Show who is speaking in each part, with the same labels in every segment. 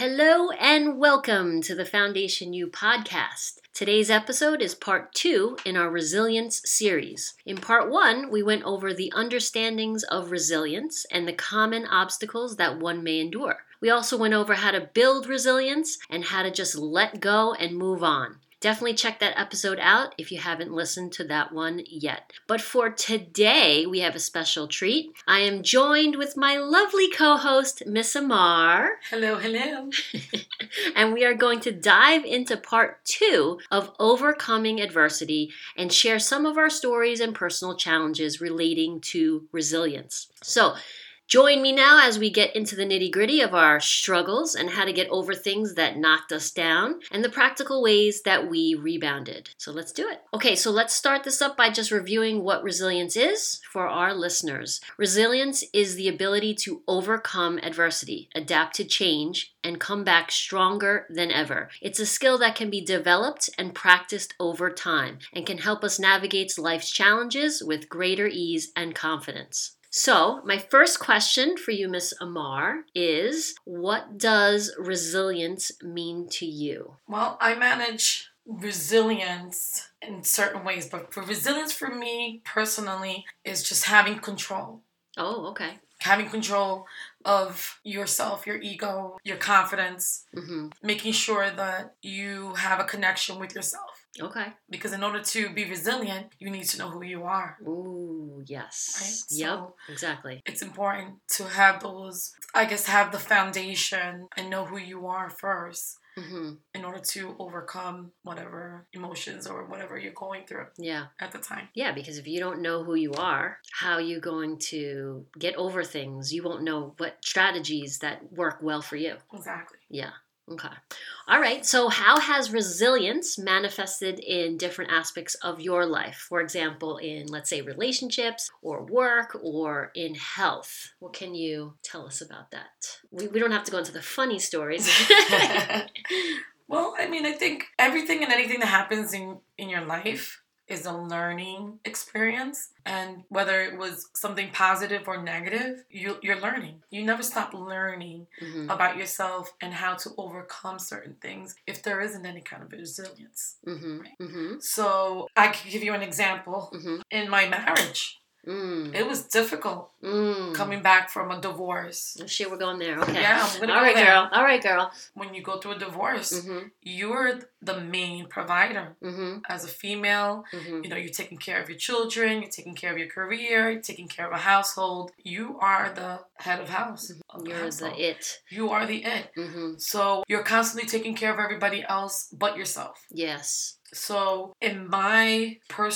Speaker 1: Hello and welcome to the Foundation U podcast. Today's episode is part two in our resilience series. In part one, we went over the understandings of resilience and the common obstacles that one may endure. We also went over how to build resilience and how to just let go and move on. Definitely check that episode out if you haven't listened to that one yet. But for today, we have a special treat. I am joined with my lovely co host, Miss Amar
Speaker 2: Hello, hello.
Speaker 1: and we are going to dive into part two of overcoming adversity and share some of our stories and personal challenges relating to resilience. So, join me now as we get into the nitty gritty of our struggles and how to get over things that knocked us down and the practical ways that we rebounded. So, let's do it. Okay, so let's start this up by just reviewing what resilience is for our listeners. Resilience is the ability to overcome adversity, adapt to change, and come back stronger than ever. It's a skill that can be developed and practiced over time and can help us navigate life's challenges with greater ease and confidence. So, my first question for you, Miss Amar, is what does resilience mean to you?
Speaker 2: Well, I manage resilience in certain ways, but for resilience for me personally is just having control.
Speaker 1: Oh, okay.
Speaker 2: Having control of yourself, your ego, your confidence,
Speaker 1: hmm
Speaker 2: making sure that you have a connection with yourself.
Speaker 1: Okay.
Speaker 2: Because in order to be resilient, you need to know who you are.
Speaker 1: Ooh, yes.
Speaker 2: Right,
Speaker 1: Yep,
Speaker 2: so-
Speaker 1: exactly.
Speaker 2: It's important to have those, I guess, have the foundation and know who you are first
Speaker 1: hmm
Speaker 2: in order to overcome whatever emotions or whatever you're going through
Speaker 1: Yeah.
Speaker 2: at the time.
Speaker 1: Yeah, because if you don't know who you are, how are you going to get over things? You won't know what strategies that work well for you.
Speaker 2: Exactly.
Speaker 1: Yeah. Okay. All right. So, how has resilience manifested in different aspects of your life? For example, in, let's say, relationships or work or in health. What can you tell us about that? We, we don't have to go into the funny stories.
Speaker 2: well, I mean, I think everything and anything that happens in in your life is a learning experience, and whether it was something positive or negative, you you're learning. You never stop learning
Speaker 1: Mhm,
Speaker 2: about yourself and how to overcome certain things if there isn't any kind of resilience.
Speaker 1: mhm, mhm,
Speaker 2: So, I can give you an example
Speaker 1: mhm,
Speaker 2: in my marriage.
Speaker 1: mm,
Speaker 2: It was difficult
Speaker 1: mm.
Speaker 2: coming back from a divorce.
Speaker 1: Oh, shit, we're going there. Okay.
Speaker 2: Yeah, I'm gonna
Speaker 1: All
Speaker 2: go
Speaker 1: right,
Speaker 2: there.
Speaker 1: girl. All right, girl.
Speaker 2: When you go through a divorce,
Speaker 1: Mhm,
Speaker 2: you're the main provider.
Speaker 1: mhm,
Speaker 2: as a female.
Speaker 1: mhm,
Speaker 2: You know, you're taking care of your children, you're taking care of your career, you're taking care of a household. You are the head of house. of the
Speaker 1: Mm-hmm. You're the
Speaker 2: household.
Speaker 1: it.
Speaker 2: You are the it.
Speaker 1: hmm
Speaker 2: So you're constantly taking care of everybody else but yourself.
Speaker 1: Yes.
Speaker 2: So in my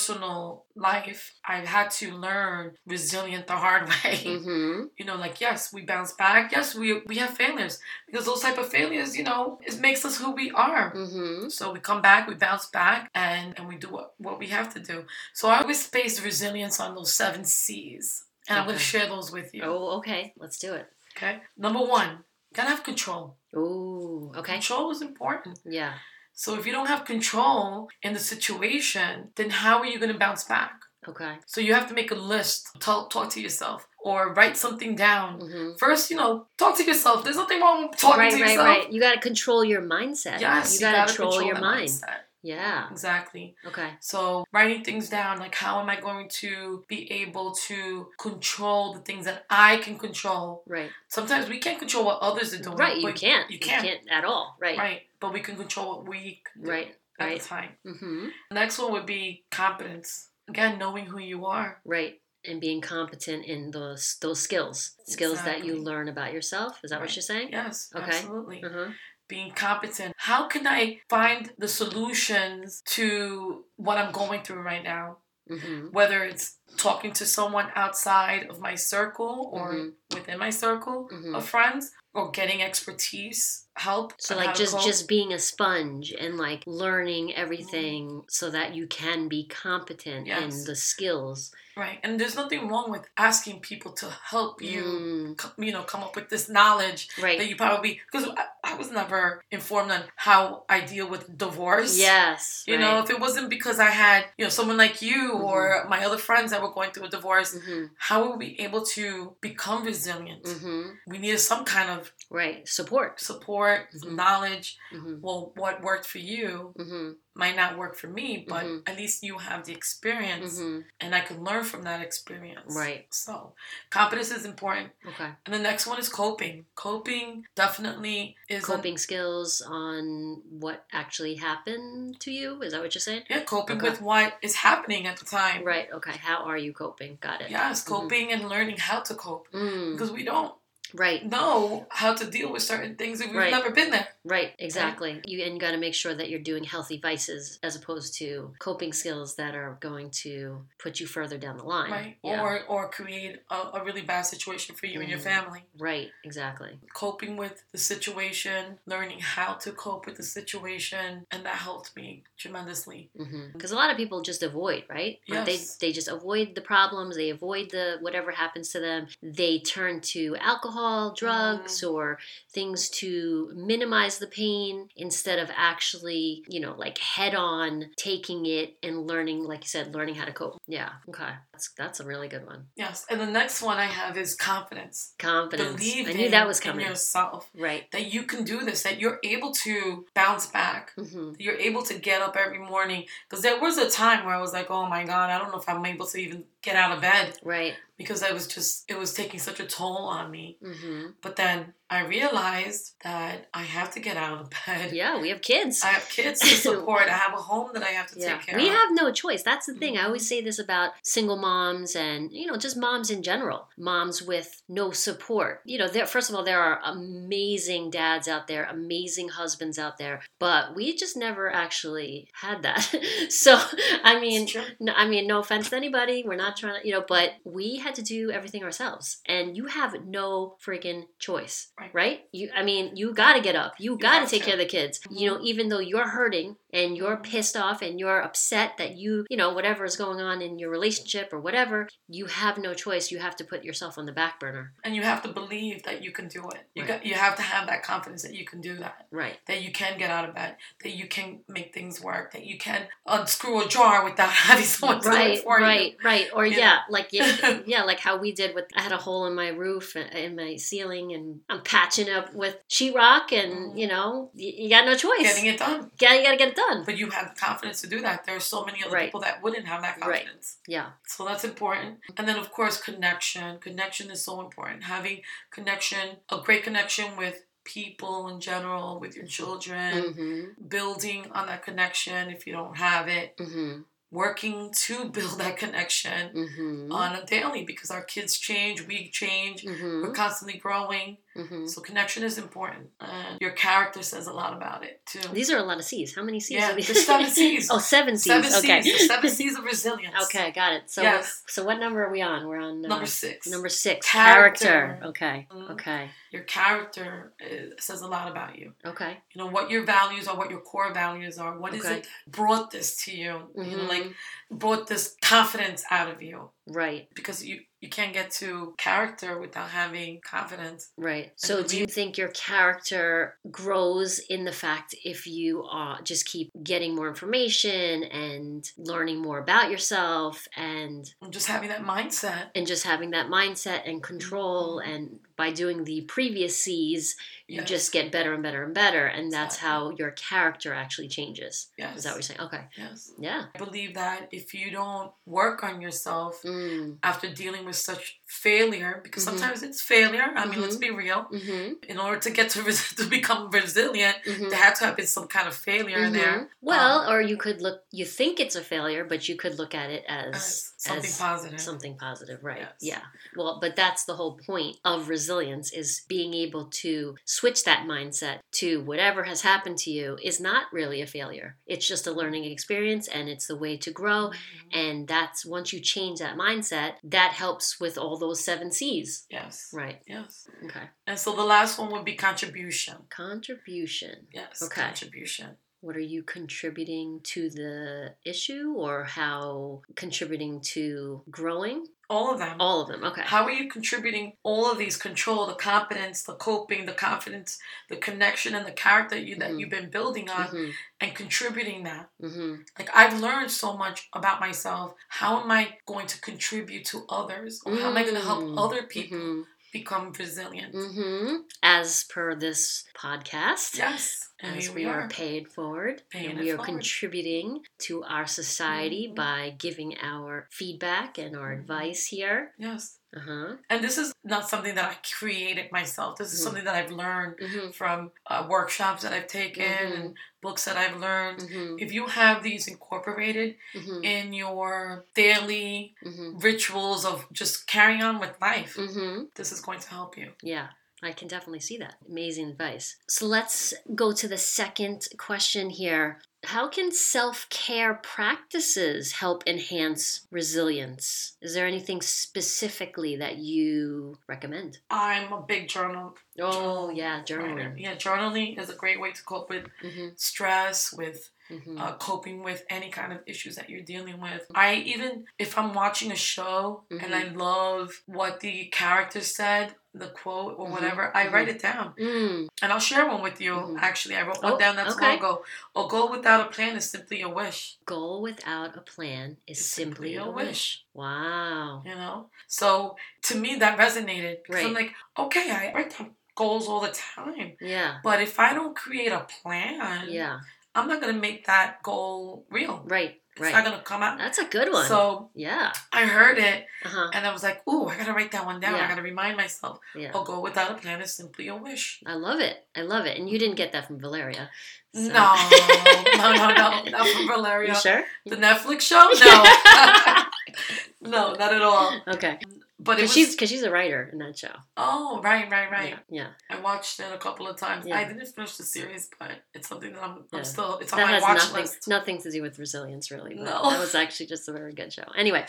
Speaker 2: personal life, I've had to learn resilient the hard way.
Speaker 1: hmm
Speaker 2: You know, like yes, we bounce back. Yes, we we have failures because those type of failures, you know, it makes us who we are.
Speaker 1: hmm
Speaker 2: So we come back, we bounce back, and and we do what, what we have to do. So I always base resilience on those seven C's, and I'm going to
Speaker 1: Okay.
Speaker 2: share those with you.
Speaker 1: Oh, okay. Let's do it.
Speaker 2: Okay. Number one, gotta have control.
Speaker 1: Ooh. Okay.
Speaker 2: Control is important.
Speaker 1: Yeah.
Speaker 2: So if you don't have control in the situation, then how are you going to bounce back?
Speaker 1: Okay.
Speaker 2: So you have to make a list. Talk talk to yourself or write something down.
Speaker 1: hmm
Speaker 2: First, you know, talk to yourself. There's nothing wrong with talking
Speaker 1: Right,
Speaker 2: to
Speaker 1: right,
Speaker 2: yourself.
Speaker 1: right. You got to control your mindset.
Speaker 2: Yes,
Speaker 1: You got to control, your
Speaker 2: that
Speaker 1: mind.
Speaker 2: mindset.
Speaker 1: Yeah.
Speaker 2: Exactly.
Speaker 1: Okay.
Speaker 2: So writing things down, like how am I going to be able to control the things that I can control?
Speaker 1: Right.
Speaker 2: Sometimes we can't control what others are doing.
Speaker 1: Right. You
Speaker 2: but-
Speaker 1: can't.
Speaker 2: You can't.
Speaker 1: You can't at all. Right. Right.
Speaker 2: Right. But we can control what we can do
Speaker 1: Right.
Speaker 2: at
Speaker 1: Right.
Speaker 2: the time.
Speaker 1: hmm
Speaker 2: Next one would be competence. Again, knowing who you are.
Speaker 1: Right. And being competent in those those skills, skills that you
Speaker 2: Exactly.
Speaker 1: learn about yourself. Is that what
Speaker 2: Right.
Speaker 1: you're saying?
Speaker 2: Yes,
Speaker 1: Okay.
Speaker 2: absolutely.
Speaker 1: Uh huh.
Speaker 2: Being competent. How can I find the solutions to what I'm going through right now?
Speaker 1: hmm
Speaker 2: whether it's talking to someone outside of my circle or
Speaker 1: Mhm.
Speaker 2: within my circle
Speaker 1: Mhm.
Speaker 2: of friends or getting expertise help
Speaker 1: So
Speaker 2: on how
Speaker 1: like
Speaker 2: to
Speaker 1: just
Speaker 2: cope. Mm-hmm.
Speaker 1: just being a sponge and like learning everything so that you can be competent in
Speaker 2: Yes.
Speaker 1: the skills.
Speaker 2: right and there's nothing wrong with asking people to help you
Speaker 1: Mm,
Speaker 2: co- you know come up with this knowledge that
Speaker 1: right.
Speaker 2: you probably because I, I was never informed on how i deal with divorce
Speaker 1: Yes.
Speaker 2: you know if it wasn't because i had you know someone like you
Speaker 1: Mm-hmm.
Speaker 2: or my other friends that were going through a divorce
Speaker 1: hmm
Speaker 2: how were we able to become resilient
Speaker 1: hmm
Speaker 2: we needed some kind of
Speaker 1: Right. Support.
Speaker 2: support support, his
Speaker 1: Mhm.
Speaker 2: knowledge.
Speaker 1: Mm-hmm.
Speaker 2: Well, what worked for you
Speaker 1: Mm-hmm.
Speaker 2: might not work for me, but
Speaker 1: Mhm.
Speaker 2: at least you have the experience
Speaker 1: Mm-hmm.
Speaker 2: and I can learn from that experience.
Speaker 1: Right.
Speaker 2: So, competence is important.
Speaker 1: Okay.
Speaker 2: And the next one is coping. Coping definitely is an-
Speaker 1: Coping skills on what actually happened to you. Is that what you're saying?
Speaker 2: yeah, coping
Speaker 1: Okay.
Speaker 2: with what is happening at the time.
Speaker 1: Right. Okay. How are you coping? Got it.
Speaker 2: Yes,
Speaker 1: Mhm.
Speaker 2: coping and learning how to cope
Speaker 1: Mm,
Speaker 2: because we don't
Speaker 1: right.
Speaker 2: know how to deal with certain things if we've
Speaker 1: Right.
Speaker 2: never been there.
Speaker 1: Right, exactly. You and you got to make sure that you're doing healthy vices as opposed to coping skills that are going to put you further down the line.
Speaker 2: Right.
Speaker 1: Yeah.
Speaker 2: Or or create a, a really bad situation for you and your
Speaker 1: Mhm.
Speaker 2: family.
Speaker 1: right, exactly.
Speaker 2: Coping with the situation, learning how to cope with the situation, and that helped me tremendously.
Speaker 1: Because Mm-hmm. a lot of people just avoid, right? Like,
Speaker 2: Yes.
Speaker 1: They they just avoid the problems. They avoid the whatever happens to them. They turn to alcohol, drugs,
Speaker 2: Mm.
Speaker 1: or things to minimize the pain instead of actually, you know, like head on taking it and learning, like you said, learning how to cope. Yeah. Okay. That's that's a really good one.
Speaker 2: Yes. And the next one I have is confidence.
Speaker 1: Confidence.
Speaker 2: Believe
Speaker 1: I knew that was
Speaker 2: in
Speaker 1: coming.
Speaker 2: yourself.
Speaker 1: Right.
Speaker 2: That you can do this, that you're able to bounce back.
Speaker 1: hmm
Speaker 2: You're able to get up every morning. Because there was a time where I was like, oh my God, I don't know if I'm able to even get out of bed
Speaker 1: Right.
Speaker 2: because I was just, it was taking such a toll on me.
Speaker 1: hmm
Speaker 2: But then I realized that I have to get out of bed.
Speaker 1: Yeah, we have kids.
Speaker 2: I have kids to support. I have a home that I have to
Speaker 1: Yeah,
Speaker 2: take care
Speaker 1: we
Speaker 2: of. Mm-hmm.
Speaker 1: have no choice. That's the thing. I always say this about single moms and, you know, just moms in general, moms with no support. You know, there, first of all, there are amazing dads out there, amazing husbands out there, but we just never actually had that. so, I mean,
Speaker 2: It's true.
Speaker 1: no, I mean, no offense to anybody. We're not trying to, you know, but we had to do everything ourselves, and you have no freaking choice,
Speaker 2: Right.
Speaker 1: You, I mean, you got to get up. You got to
Speaker 2: have
Speaker 1: Mm-hmm. take
Speaker 2: to.
Speaker 1: care of the kids. You know, even though you're hurting and you're
Speaker 2: Mhm.
Speaker 1: pissed off and you're upset that you, you know, whatever is going on in your relationship or whatever, you have no choice. You have to put yourself on the back burner.
Speaker 2: and you have to believe that you can do it. You
Speaker 1: Right.
Speaker 2: got, you have to have that confidence that you can do that.
Speaker 1: Right.
Speaker 2: That you can get out of bed. That you can make things work. That you can unscrew a jar without having someone do
Speaker 1: right
Speaker 2: it for
Speaker 1: right right or
Speaker 2: You
Speaker 1: yeah like yeah, yeah like how we did with i had a hole in my roof and in my ceiling and i'm patching up with sheetrock and
Speaker 2: Mhm.
Speaker 1: you know you, you got no
Speaker 2: you.
Speaker 1: choice
Speaker 2: Getting it done.
Speaker 1: yeah you gotta get it done
Speaker 2: But you have the confidence to do that. There are so many other
Speaker 1: Right.
Speaker 2: people that wouldn't have that
Speaker 1: Right.
Speaker 2: confidence.
Speaker 1: yeah
Speaker 2: So that's important. And then, of course, connection. Connection is so important. Having connection, a great connection with people in general, with
Speaker 1: Mm-hmm.
Speaker 2: your children,
Speaker 1: hmm
Speaker 2: building on that connection if you don't have it,
Speaker 1: hmm
Speaker 2: working to build that connection
Speaker 1: hmm
Speaker 2: on a daily because our kids change, we change,
Speaker 1: hmm
Speaker 2: we're constantly growing.
Speaker 1: hmm
Speaker 2: So, connection is important. And your character says a lot about it, too.
Speaker 1: these are a lot of c's how many c's
Speaker 2: Yeah,
Speaker 1: are these?
Speaker 2: there's seven Cs.
Speaker 1: oh seven c's
Speaker 2: Seven
Speaker 1: okay
Speaker 2: C's, the seven C's of resilience.
Speaker 1: okay got it so
Speaker 2: yes.
Speaker 1: so what number are we on we're on uh,
Speaker 2: Number six.
Speaker 1: number six character,
Speaker 2: Character.
Speaker 1: okay
Speaker 2: Mhm.
Speaker 1: okay
Speaker 2: your character is, says a lot about you.
Speaker 1: okay
Speaker 2: You know what your values are, what your core values are. What is
Speaker 1: Okay.
Speaker 2: it that brought this to you? You know, like
Speaker 1: Mhm.
Speaker 2: brought this confidence out of you
Speaker 1: right
Speaker 2: because you you can't get to character without having confidence.
Speaker 1: Right. So, do you think your character grows in the fact if you uh, just keep getting more information and learning more about yourself and
Speaker 2: And just having that mindset.
Speaker 1: and just having that mindset and control
Speaker 2: Mm-hmm.
Speaker 1: and by doing the previous C's, you
Speaker 2: Yes.
Speaker 1: just get better and better and better, and that's
Speaker 2: Exactly.
Speaker 1: how your character actually changes.
Speaker 2: yes.
Speaker 1: Is that what you're saying? Okay.
Speaker 2: yes.
Speaker 1: Yeah.
Speaker 2: I believe that if you don't work on yourself
Speaker 1: Mm.
Speaker 2: after dealing with such failure, because
Speaker 1: Mhm.
Speaker 2: sometimes it's failure. I mean, let's
Speaker 1: Mhm.
Speaker 2: be real.
Speaker 1: Mm-hmm.
Speaker 2: In order to get to res- to become resilient,
Speaker 1: Mm-hmm.
Speaker 2: there had to have been some kind of failure in there. Um
Speaker 1: Mhm. Well, or you could look. You think it's a failure, but you could look at it as,
Speaker 2: as something
Speaker 1: as
Speaker 2: positive.
Speaker 1: something positive right
Speaker 2: Mm-hmm. Yes.
Speaker 1: yeah well but that's the whole point of resilience is being able to switch that mindset to whatever has happened to you is not really a failure it's just a learning experience and it's the way to grow
Speaker 2: Mm-hmm.
Speaker 1: and that's once you change that mindset that helps with all those seven c's
Speaker 2: Yes.
Speaker 1: right
Speaker 2: Yes.
Speaker 1: okay
Speaker 2: And so the last one would be contribution.
Speaker 1: contribution
Speaker 2: Yes.
Speaker 1: Okay.
Speaker 2: Contribution.
Speaker 1: what are you contributing to the issue or how contributing to growing
Speaker 2: All of them.
Speaker 1: all of them okay
Speaker 2: Mm-hmm. How are you contributing all of these control, the competence, the coping, the confidence, the connection, and the character you, that
Speaker 1: Mhm.
Speaker 2: you've been building on
Speaker 1: Mhm,
Speaker 2: and contributing that?
Speaker 1: mhm,
Speaker 2: Like, I've learned so much about myself. How am I going to contribute to others? Or how am I going to help
Speaker 1: Mm.
Speaker 2: other people
Speaker 1: mhm.
Speaker 2: become resilient. Mm-hmm.
Speaker 1: hmm As per this podcast,
Speaker 2: Yes. And
Speaker 1: as
Speaker 2: here
Speaker 1: we are paid forward,
Speaker 2: Paying
Speaker 1: and
Speaker 2: it
Speaker 1: we are
Speaker 2: forward.
Speaker 1: contributing to our society
Speaker 2: Mhm.
Speaker 1: by giving our feedback and our
Speaker 2: Mhm.
Speaker 1: advice here.
Speaker 2: Yes.
Speaker 1: Uh huh.
Speaker 2: And this is not something that I created myself. This is
Speaker 1: Mhm.
Speaker 2: something that I've learned
Speaker 1: hmm
Speaker 2: from uh, workshops that I've taken
Speaker 1: Mhm.
Speaker 2: and books that I've learned.
Speaker 1: hmm
Speaker 2: If you have these incorporated
Speaker 1: hmm
Speaker 2: in your daily
Speaker 1: hmm
Speaker 2: rituals of just carrying on with life,
Speaker 1: hmm
Speaker 2: this is going to help you.
Speaker 1: Yeah, I can definitely see that. Amazing advice. So let's go to the second question here. How can self care practices help enhance resilience? Is there anything specifically that you recommend?
Speaker 2: I'm a big journal.
Speaker 1: Oh, yeah,
Speaker 2: writer.
Speaker 1: journaling.
Speaker 2: Yeah, journaling is a great way to cope with
Speaker 1: Mm-hmm,
Speaker 2: stress, with
Speaker 1: mm-hmm,
Speaker 2: uh, coping with any kind of issues that you're dealing with. I even, if I'm watching a show and
Speaker 1: Mm-hmm.
Speaker 2: I love what the character said, the quote or
Speaker 1: Mhm,
Speaker 2: whatever, I
Speaker 1: mhm.
Speaker 2: write it down
Speaker 1: mm,
Speaker 2: and I'll share one with you.
Speaker 1: Mhm.
Speaker 2: Actually, I wrote one
Speaker 1: Oh,
Speaker 2: down that's
Speaker 1: okay.
Speaker 2: long ago. A goal without a plan is simply a wish.
Speaker 1: goal without a plan is
Speaker 2: It's
Speaker 1: simply, a wish. Wow.
Speaker 2: You know? So to me, that resonated because I'm
Speaker 1: Right.
Speaker 2: like, okay, I write down goals all the time.
Speaker 1: Yeah.
Speaker 2: But if I don't create a plan,
Speaker 1: Yeah.
Speaker 2: I'm not going to make that goal real.
Speaker 1: Right.
Speaker 2: It's not
Speaker 1: Right.
Speaker 2: going to come out.
Speaker 1: That's a good one.
Speaker 2: So
Speaker 1: yeah.
Speaker 2: I heard it
Speaker 1: Uh huh.
Speaker 2: and I was like, ooh, I gotta write that one down.
Speaker 1: Yeah.
Speaker 2: I gotta remind myself.
Speaker 1: Yeah.
Speaker 2: A goal without a plan is simply a wish.
Speaker 1: I love it. I love it. And you didn't get that from Valeria. so-
Speaker 2: No, no, no, no, not from Valeria.
Speaker 1: You sure?
Speaker 2: The Netflix show? No, no, not at all.
Speaker 1: okay.
Speaker 2: But it
Speaker 1: Because
Speaker 2: was.
Speaker 1: she's because she's a writer in that show.
Speaker 2: oh, right, right, right.
Speaker 1: Yeah. yeah.
Speaker 2: I watched it a couple of times.
Speaker 1: Yeah.
Speaker 2: I didn't finish the series, but it's something that I'm,
Speaker 1: Yeah.
Speaker 2: I'm still. It's on
Speaker 1: That
Speaker 2: my
Speaker 1: has
Speaker 2: watch
Speaker 1: nothing
Speaker 2: list.
Speaker 1: nothing to do with resilience, really. but
Speaker 2: No.
Speaker 1: That was actually just a very good show. Anyway,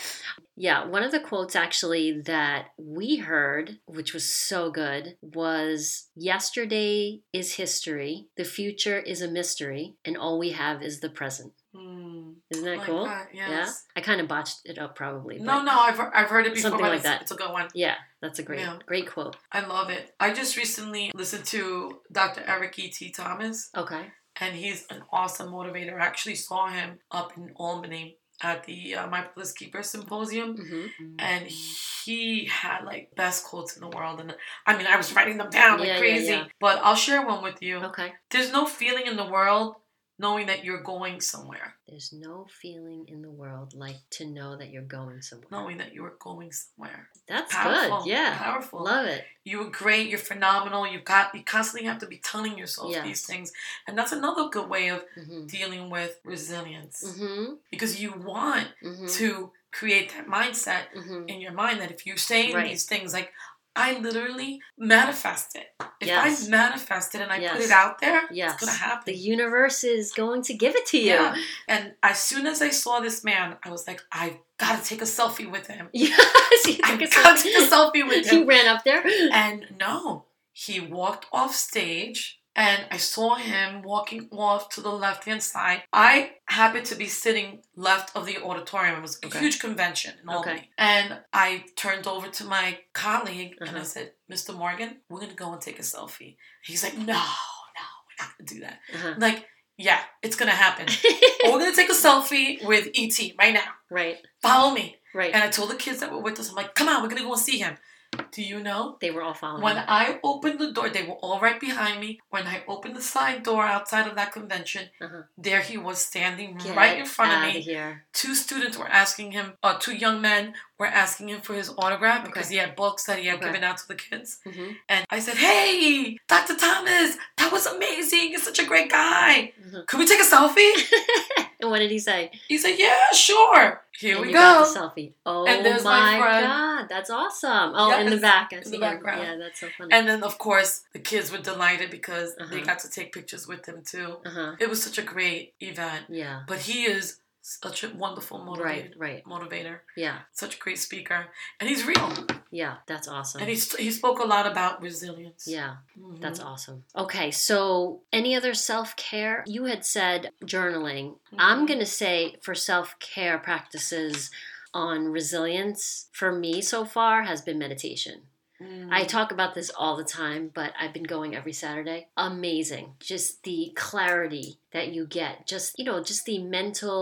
Speaker 1: yeah, one of the quotes actually that we heard, which was so good, was yesterday is history, the future is a mystery, and all we have is the present.
Speaker 2: Mm,
Speaker 1: Isn't that
Speaker 2: like
Speaker 1: cool?
Speaker 2: that,
Speaker 1: Yeah.
Speaker 2: yes.
Speaker 1: I kind of botched it up probably. But
Speaker 2: No, no, I've, I've heard it before.
Speaker 1: Something
Speaker 2: but
Speaker 1: like
Speaker 2: it's,
Speaker 1: that.
Speaker 2: It's a good one.
Speaker 1: Yeah, that's a great
Speaker 2: Yeah.
Speaker 1: great quote.
Speaker 2: I love it. I just recently listened to Dr. Eric E. T. Thomas.
Speaker 1: Okay.
Speaker 2: and he's an awesome motivator. I actually saw him up in Albany at the uh, My Bliss Keeper Symposium,
Speaker 1: hmm
Speaker 2: Mm-hmm. and he had like best quotes in the world. And I mean, I was writing them down like
Speaker 1: Yeah, yeah,
Speaker 2: crazy.
Speaker 1: yeah.
Speaker 2: But I'll share one with you.
Speaker 1: Okay.
Speaker 2: There's no feeling in the world knowing that you're going somewhere,
Speaker 1: There's no feeling in the world like to know that you're going somewhere.
Speaker 2: knowing that you are going somewhere.
Speaker 1: That's
Speaker 2: Powerful,
Speaker 1: good. Yeah.
Speaker 2: powerful.
Speaker 1: Love it.
Speaker 2: you are great. You're phenomenal. You got. You constantly have to be telling yourself
Speaker 1: Yes.
Speaker 2: these things, and that's another good way of
Speaker 1: hmm
Speaker 2: dealing with resilience
Speaker 1: hmm
Speaker 2: because you want
Speaker 1: hmm
Speaker 2: to create that mindset
Speaker 1: hmm
Speaker 2: in your mind that if you're saying
Speaker 1: Right.
Speaker 2: these things, like I literally manifest it. If
Speaker 1: Yes.
Speaker 2: I manifest it and I put
Speaker 1: Yes.
Speaker 2: it out there, it's gonna
Speaker 1: Yes. The
Speaker 2: happen.
Speaker 1: universe is going to give it to you.
Speaker 2: Yeah. And as soon as I saw this man, I was like, I gotta take a selfie with him.
Speaker 1: Yes. He,
Speaker 2: I
Speaker 1: took a
Speaker 2: gotta take a
Speaker 1: selfie.
Speaker 2: selfie with
Speaker 1: he
Speaker 2: him.
Speaker 1: ran up there.
Speaker 2: And no, he walked off stage and I saw him walking off to the left hand side. I happened to be sitting left of the auditorium. It was a
Speaker 1: Okay.
Speaker 2: huge convention in
Speaker 1: Okay.
Speaker 2: Albany. And I turned over to my colleague and I
Speaker 1: Uh-huh.
Speaker 2: said, Mr. Morgan, we're going to go and take a selfie. He's like, no, no, we're not going to do that.
Speaker 1: Uh-huh.
Speaker 2: I'm like, yeah, it's going to happen. we're going to take a selfie with E.T. right now.
Speaker 1: right.
Speaker 2: Follow me.
Speaker 1: Right.
Speaker 2: And I told the kids that were with us, I'm like, come on, we're going to go and see him. Do you know?
Speaker 1: they were all following.
Speaker 2: When
Speaker 1: him.
Speaker 2: I opened the door, they were all right behind me. When I opened the side door outside of that convention,
Speaker 1: Uh-huh.
Speaker 2: there he was standing
Speaker 1: Get
Speaker 2: right in front of
Speaker 1: outta
Speaker 2: me.
Speaker 1: here.
Speaker 2: Two students were asking him, uh, two young men were asking him for his autograph because
Speaker 1: Okay.
Speaker 2: he had books that he had
Speaker 1: Okay.
Speaker 2: given out to the kids.
Speaker 1: Mhm.
Speaker 2: And I said, Hey, Dr. Thomas, that was amazing. You're such a great guy.
Speaker 1: Mhm.
Speaker 2: Could we take a selfie?
Speaker 1: And what did he say?
Speaker 2: He said, Yeah, sure. Mm-hmm. Here
Speaker 1: and
Speaker 2: we
Speaker 1: you got
Speaker 2: go.
Speaker 1: the selfie. Oh
Speaker 2: And there's my
Speaker 1: my
Speaker 2: friend.
Speaker 1: god, that's awesome! Oh, in the
Speaker 2: Yes,
Speaker 1: back, I
Speaker 2: the
Speaker 1: see him.
Speaker 2: background.
Speaker 1: Yeah, that's so funny.
Speaker 2: And then, of course, the kids were delighted because they
Speaker 1: Uh-huh.
Speaker 2: got to take pictures with him too.
Speaker 1: uh huh.
Speaker 2: It was such a great event.
Speaker 1: Yeah.
Speaker 2: But he is such a wonderful
Speaker 1: Right.
Speaker 2: motivator,
Speaker 1: Right.
Speaker 2: motivator,
Speaker 1: Yeah.
Speaker 2: such a great speaker, and he's real.
Speaker 1: Yeah. That's awesome.
Speaker 2: And he he spoke a lot about resilience.
Speaker 1: yeah.
Speaker 2: Mhm.
Speaker 1: That's awesome. Okay, so any other self care? You had said journaling. I'm
Speaker 2: Mhm.
Speaker 1: going to say for self care practices on resilience for me so far has been meditation.
Speaker 2: Mm.
Speaker 1: I talk about this all the time, but I've been going every Saturday. Amazing. Just the clarity that you get. Just, you know, just the mental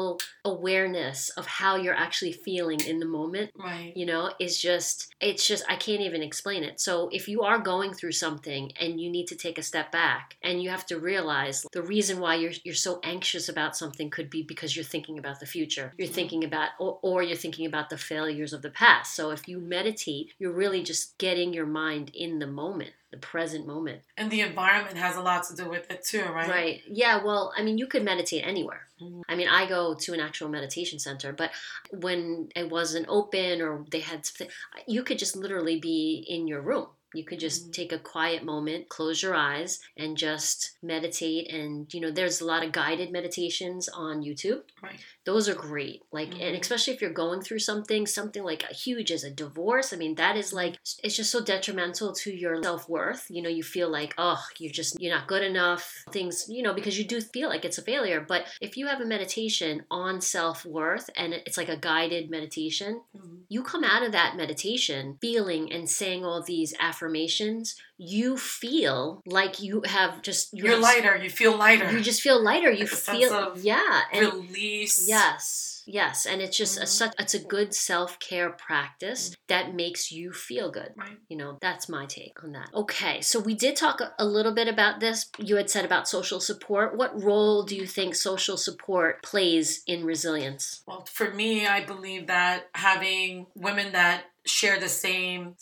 Speaker 1: awareness of how you're actually feeling in the moment
Speaker 2: Right.
Speaker 1: you know is just it's just i can't even explain it so if you are going through something and you need to take a step back and you have to realize the reason why you're, you're so anxious about something could be because you're thinking about the future you're thinking about or, or you're thinking about the failures of the past so if you meditate you're really just getting your mind in the moment the present moment
Speaker 2: And the environment has a lot to do with it too, right?
Speaker 1: Right. Yeah. Well, I mean, you could meditate anywhere.
Speaker 2: Mhm.
Speaker 1: I mean, I go to an actual meditation center, but when it wasn't open or they had, something- you could just literally be in your room. You could just
Speaker 2: Mhm.
Speaker 1: take a quiet moment, close your eyes, and just meditate. And, you know, there's a lot of guided meditations on YouTube.
Speaker 2: Right.
Speaker 1: Those are great. Like, and
Speaker 2: Mhm.
Speaker 1: especially if you're going through something, something like huge as a divorce. I mean, that is like, it's just so detrimental to your self worth. You know, you feel like, oh, you're just, you're not good enough. Things, you know, because you do feel like it's a failure. But if you have a meditation on self worth and it's like a guided meditation,
Speaker 2: Mhm.
Speaker 1: you come out of that meditation feeling and saying all these affirmations. You feel like you have just, you
Speaker 2: You're
Speaker 1: have-
Speaker 2: lighter. You feel lighter.
Speaker 1: You just feel lighter. You
Speaker 2: Like a sense
Speaker 1: feel,
Speaker 2: of
Speaker 1: yeah. and-
Speaker 2: Release.
Speaker 1: Yes, yes, and it's just a
Speaker 2: Mhm.
Speaker 1: such it's a good self care practice that makes you feel good.
Speaker 2: Right.
Speaker 1: You know, that's my take on that. Okay, so we did talk a- a little bit about this. You had said about social support. What role do you think social support plays in resilience?
Speaker 2: Well, for me, I believe that having women that share the same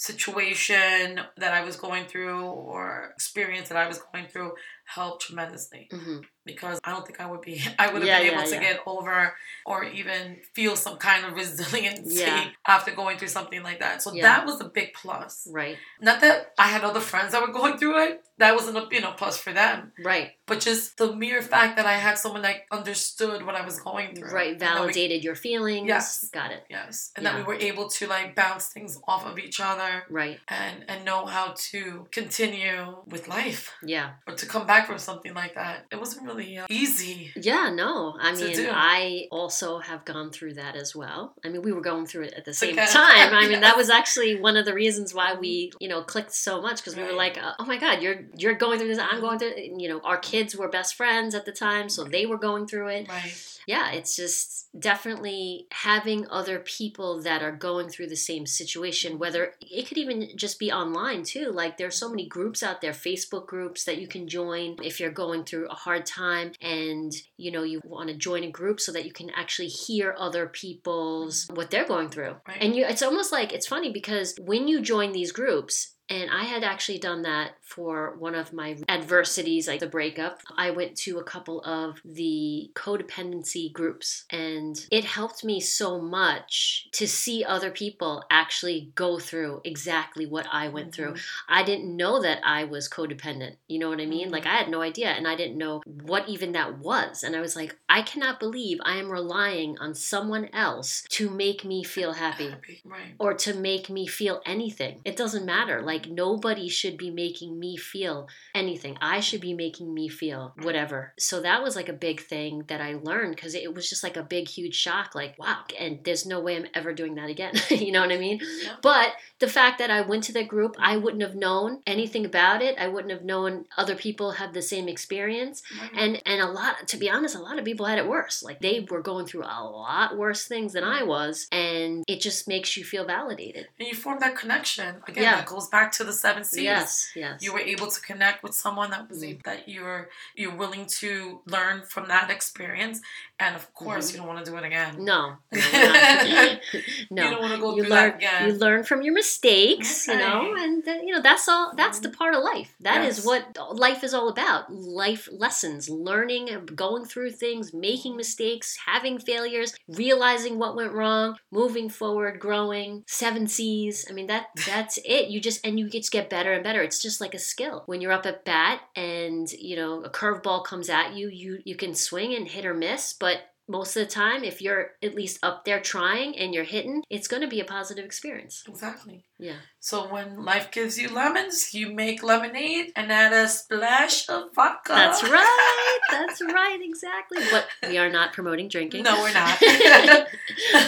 Speaker 2: situation that I was going through or experience that I was going through helped tremendously
Speaker 1: hmm
Speaker 2: because I don't think I would be I would have
Speaker 1: Yeah,
Speaker 2: been able
Speaker 1: yeah,
Speaker 2: to
Speaker 1: yeah.
Speaker 2: get over or even feel some kind of resiliency
Speaker 1: Yeah.
Speaker 2: after going through something like that. So
Speaker 1: Yeah.
Speaker 2: that was a big plus.
Speaker 1: Right,
Speaker 2: Not that I had other friends that were going through it. That wasn't a you know plus for them.
Speaker 1: right,
Speaker 2: But just the mere fact that I had someone that understood what I was going through.
Speaker 1: right.
Speaker 2: and that we
Speaker 1: Validated your feelings.
Speaker 2: Yes.
Speaker 1: Got it.
Speaker 2: Yes, and
Speaker 1: Yeah.
Speaker 2: that we were able to like bounce things off of each other
Speaker 1: Right.
Speaker 2: and and know how to continue with life
Speaker 1: Yeah.
Speaker 2: or to come back from something like that. It wasn't really uh, easy.
Speaker 1: Yeah, no. I
Speaker 2: To
Speaker 1: mean,
Speaker 2: do.
Speaker 1: I also have gone through that as well. I mean, we were going through it at the same
Speaker 2: Together.
Speaker 1: time. I mean, that
Speaker 2: Yes. Mm-hmm.
Speaker 1: was actually one of the reasons why we, you know, clicked so much because we were
Speaker 2: Right.
Speaker 1: like, "Oh my god, you're you're going through this, I'm going through, it." you know, our kids were best friends at the time, so they were going through it.
Speaker 2: Right.
Speaker 1: Yeah, it's just definitely having other people that are going through the same situation, whether it could even just be online too. Like there's so many groups out there, Facebook groups that you can join if you're going through a hard time and you know you want to join a group so that you can actually hear other people's what they're going through.
Speaker 2: Right.
Speaker 1: And you it's almost like it's funny because when you join these groups, and I had actually done that for one of my adversities, like the breakup. I went to a couple of the codependency groups, and it helped me so much to see other people actually go through exactly what I went
Speaker 2: Mm-hmm.
Speaker 1: through. I didn't know that I was codependent. You know what I mean?
Speaker 2: Mhm.
Speaker 1: Like, I had no idea, and I didn't know what even that was. And I was like, I cannot believe I am relying on someone else to make me feel happy
Speaker 2: Happy. Right.
Speaker 1: or to make me feel anything. It doesn't matter. Like, nobody should be making me feel anything. I should be making me feel whatever. So, that was like a big thing that I learned because it was just like a big, huge shock. Like, wow, and there's no way I'm ever doing that again. you know what I mean?
Speaker 2: Yeah.
Speaker 1: But the fact that I went to that group, I wouldn't have known anything about it. I wouldn't have known other people had the same experience.
Speaker 2: Right.
Speaker 1: And and a lot to be honest, a lot of people had it worse. Like they were going through a lot worse things than
Speaker 2: Mm.
Speaker 1: I was, and it just makes you feel validated.
Speaker 2: And you form that connection again.
Speaker 1: Yeah.
Speaker 2: That goes back to the seven C's.
Speaker 1: Yes, yes.
Speaker 2: You were able to connect with someone that was
Speaker 1: Mhm.
Speaker 2: that you're you're willing to learn from that experience, and of
Speaker 1: Mhm.
Speaker 2: course you don't want to do it again.
Speaker 1: no. No. we're not.
Speaker 2: You
Speaker 1: no.
Speaker 2: don't want to go
Speaker 1: You
Speaker 2: through
Speaker 1: learn,
Speaker 2: that again.
Speaker 1: you learn from your mistakes, you know,
Speaker 2: Right. Mm.
Speaker 1: and that, you know that's all. That's the part of life. That is
Speaker 2: Yes.
Speaker 1: what life is all about. Life lessons, learning, going through things, making mistakes, having failures, realizing what went wrong, moving forward, growing. Seven C's. I mean, that that's it. You just and you just get better and better. It's just like a skill. When you're up at bat and you know a curveball comes at you, you you can swing and hit or miss, but most of the time, if you're at least up there trying and you're hitting, it's going to be a positive experience.
Speaker 2: Exactly.
Speaker 1: Yeah.
Speaker 2: So when life gives you lemons, you make lemonade and add a splash of vodka.
Speaker 1: That's right. That's right. Exactly. But we are not promoting drinking.
Speaker 2: No, we're not.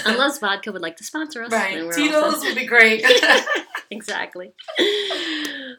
Speaker 1: Unless vodka would like to sponsor us. then
Speaker 2: right.
Speaker 1: we're all
Speaker 2: Tito's
Speaker 1: set.
Speaker 2: would be great.
Speaker 1: exactly.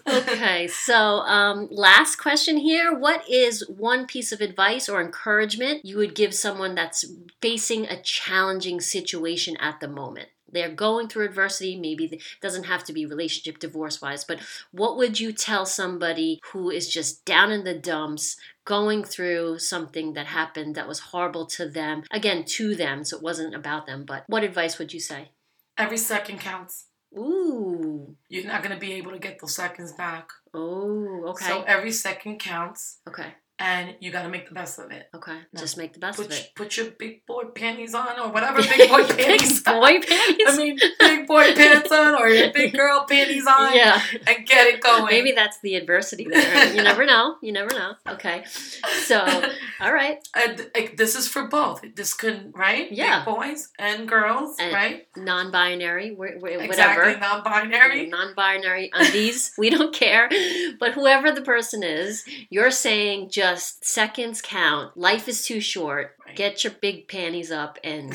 Speaker 1: okay, so um, last question here. What is one piece of advice or encouragement you would give someone that's facing a challenging situation at the moment? They're going through adversity, maybe it doesn't have to be relationship divorce wise, but what would you tell somebody who is just down in the dumps, going through something that happened that was horrible to them? Again, to them, so it wasn't about them, but what advice would you say?
Speaker 2: Every second counts.
Speaker 1: Ooh.
Speaker 2: You're not going to be able to get those seconds back.
Speaker 1: Oh, okay.
Speaker 2: So every second counts,
Speaker 1: okay.
Speaker 2: and you got to make the best of it.
Speaker 1: Okay.
Speaker 2: No.
Speaker 1: Just make the best
Speaker 2: Put,
Speaker 1: of it.
Speaker 2: put your big boy panties on, or whatever big boy panties.
Speaker 1: Big boy panties.
Speaker 2: I mean, big boy pants on, or your big girl panties on,
Speaker 1: yeah.
Speaker 2: and get it going.
Speaker 1: Maybe that's the adversity there. You never know. You never know. Okay. So, all right.
Speaker 2: and Uh, like, this is for both. This can right?
Speaker 1: Yeah.
Speaker 2: Big boys and girls,
Speaker 1: And
Speaker 2: right?
Speaker 1: Non-binary, wh- wh-
Speaker 2: Exactly.
Speaker 1: whatever.
Speaker 2: Non-binary.
Speaker 1: Non-binary undies. we don't care. But whoever the person is, you're saying just seconds count. Life is too short.
Speaker 2: Right.
Speaker 1: Get your big panties up and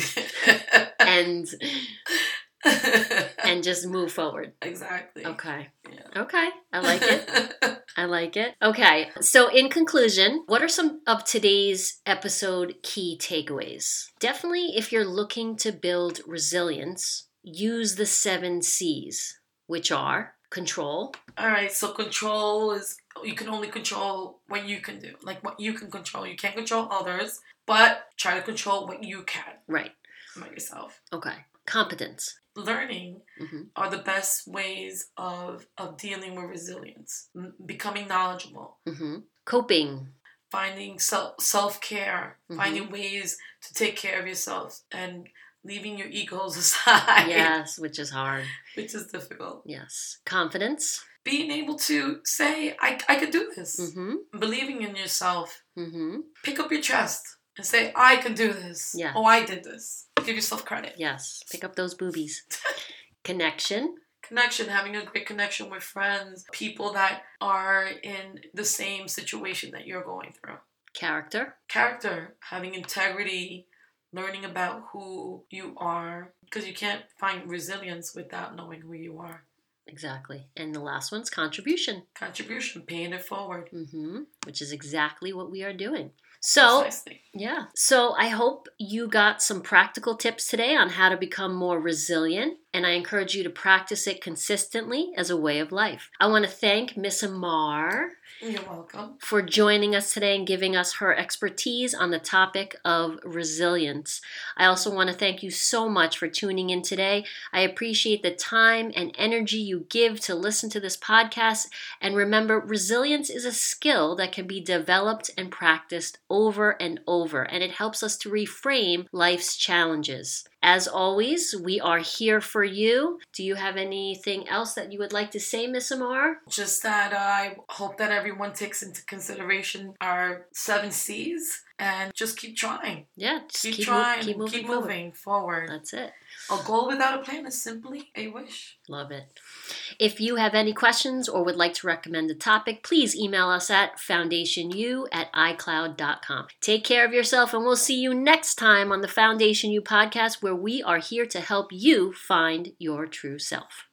Speaker 1: and and just move forward.
Speaker 2: exactly.
Speaker 1: Okay.
Speaker 2: Yeah.
Speaker 1: Okay. I like it. I like it. Okay. So, in conclusion, what are some of today's episode key takeaways? Definitely, if you're looking to build resilience, use the seven C's, which are control.
Speaker 2: All right, so control is you can only control what you can do, like what you can control. You can't control others, but try to control what you can
Speaker 1: Right.
Speaker 2: about yourself.
Speaker 1: Okay. Competence.
Speaker 2: Learning
Speaker 1: Mhm.
Speaker 2: are the best ways of of dealing with resilience, m- becoming knowledgeable,
Speaker 1: hmm Coping.
Speaker 2: finding self self care,
Speaker 1: Mhm.
Speaker 2: finding ways to take care of yourself, and leaving your egos aside,
Speaker 1: Yes, which is hard.
Speaker 2: which is difficult.
Speaker 1: Yes. Confidence.
Speaker 2: Being able to say, "I I could do this,"
Speaker 1: hmm
Speaker 2: believing in yourself,
Speaker 1: hmm
Speaker 2: pick up your chest and say, I can do this.
Speaker 1: Yeah.
Speaker 2: Oh, I did this. Give yourself credit.
Speaker 1: Yes. Pick up those boobies. Connection.
Speaker 2: Connection, having a great connection with friends, people that are in the same situation that you're going through.
Speaker 1: Character.
Speaker 2: Character, having integrity, learning about who you are, because you can't find resilience without knowing who you are.
Speaker 1: Exactly. And the last one's contribution.
Speaker 2: Contribution, paying it forward.
Speaker 1: hmm which is exactly what we are doing. So,
Speaker 2: Precisely.
Speaker 1: yeah. So, I hope you got some practical tips today on how to become more resilient, and I encourage you to practice it consistently as a way of life. I want to thank Miss Amar
Speaker 2: You're welcome.
Speaker 1: for joining us today and giving us her expertise on the topic of resilience. I also want to thank you so much for tuning in today. I appreciate the time and energy you give to listen to this podcast. And remember, resilience is a skill that can be developed and practiced over and over, and it helps us to reframe life's challenges. As always, we are here for you. Do you have anything else that you would like to say, Miss Amar?
Speaker 2: Just that I hope that everyone takes into consideration our seven C's and just keep trying.
Speaker 1: Yeah, just
Speaker 2: keep,
Speaker 1: mov-
Speaker 2: trying, keep moving,
Speaker 1: forward.
Speaker 2: forward.
Speaker 1: That's it.
Speaker 2: A goal without a plan is simply a wish.
Speaker 1: Love it. If you have any questions or would like to recommend a topic, please email us at foundationu at icloud.com. Take care of yourself, and we'll see you next time on the Foundation U podcast, where we are here to help you find your true self.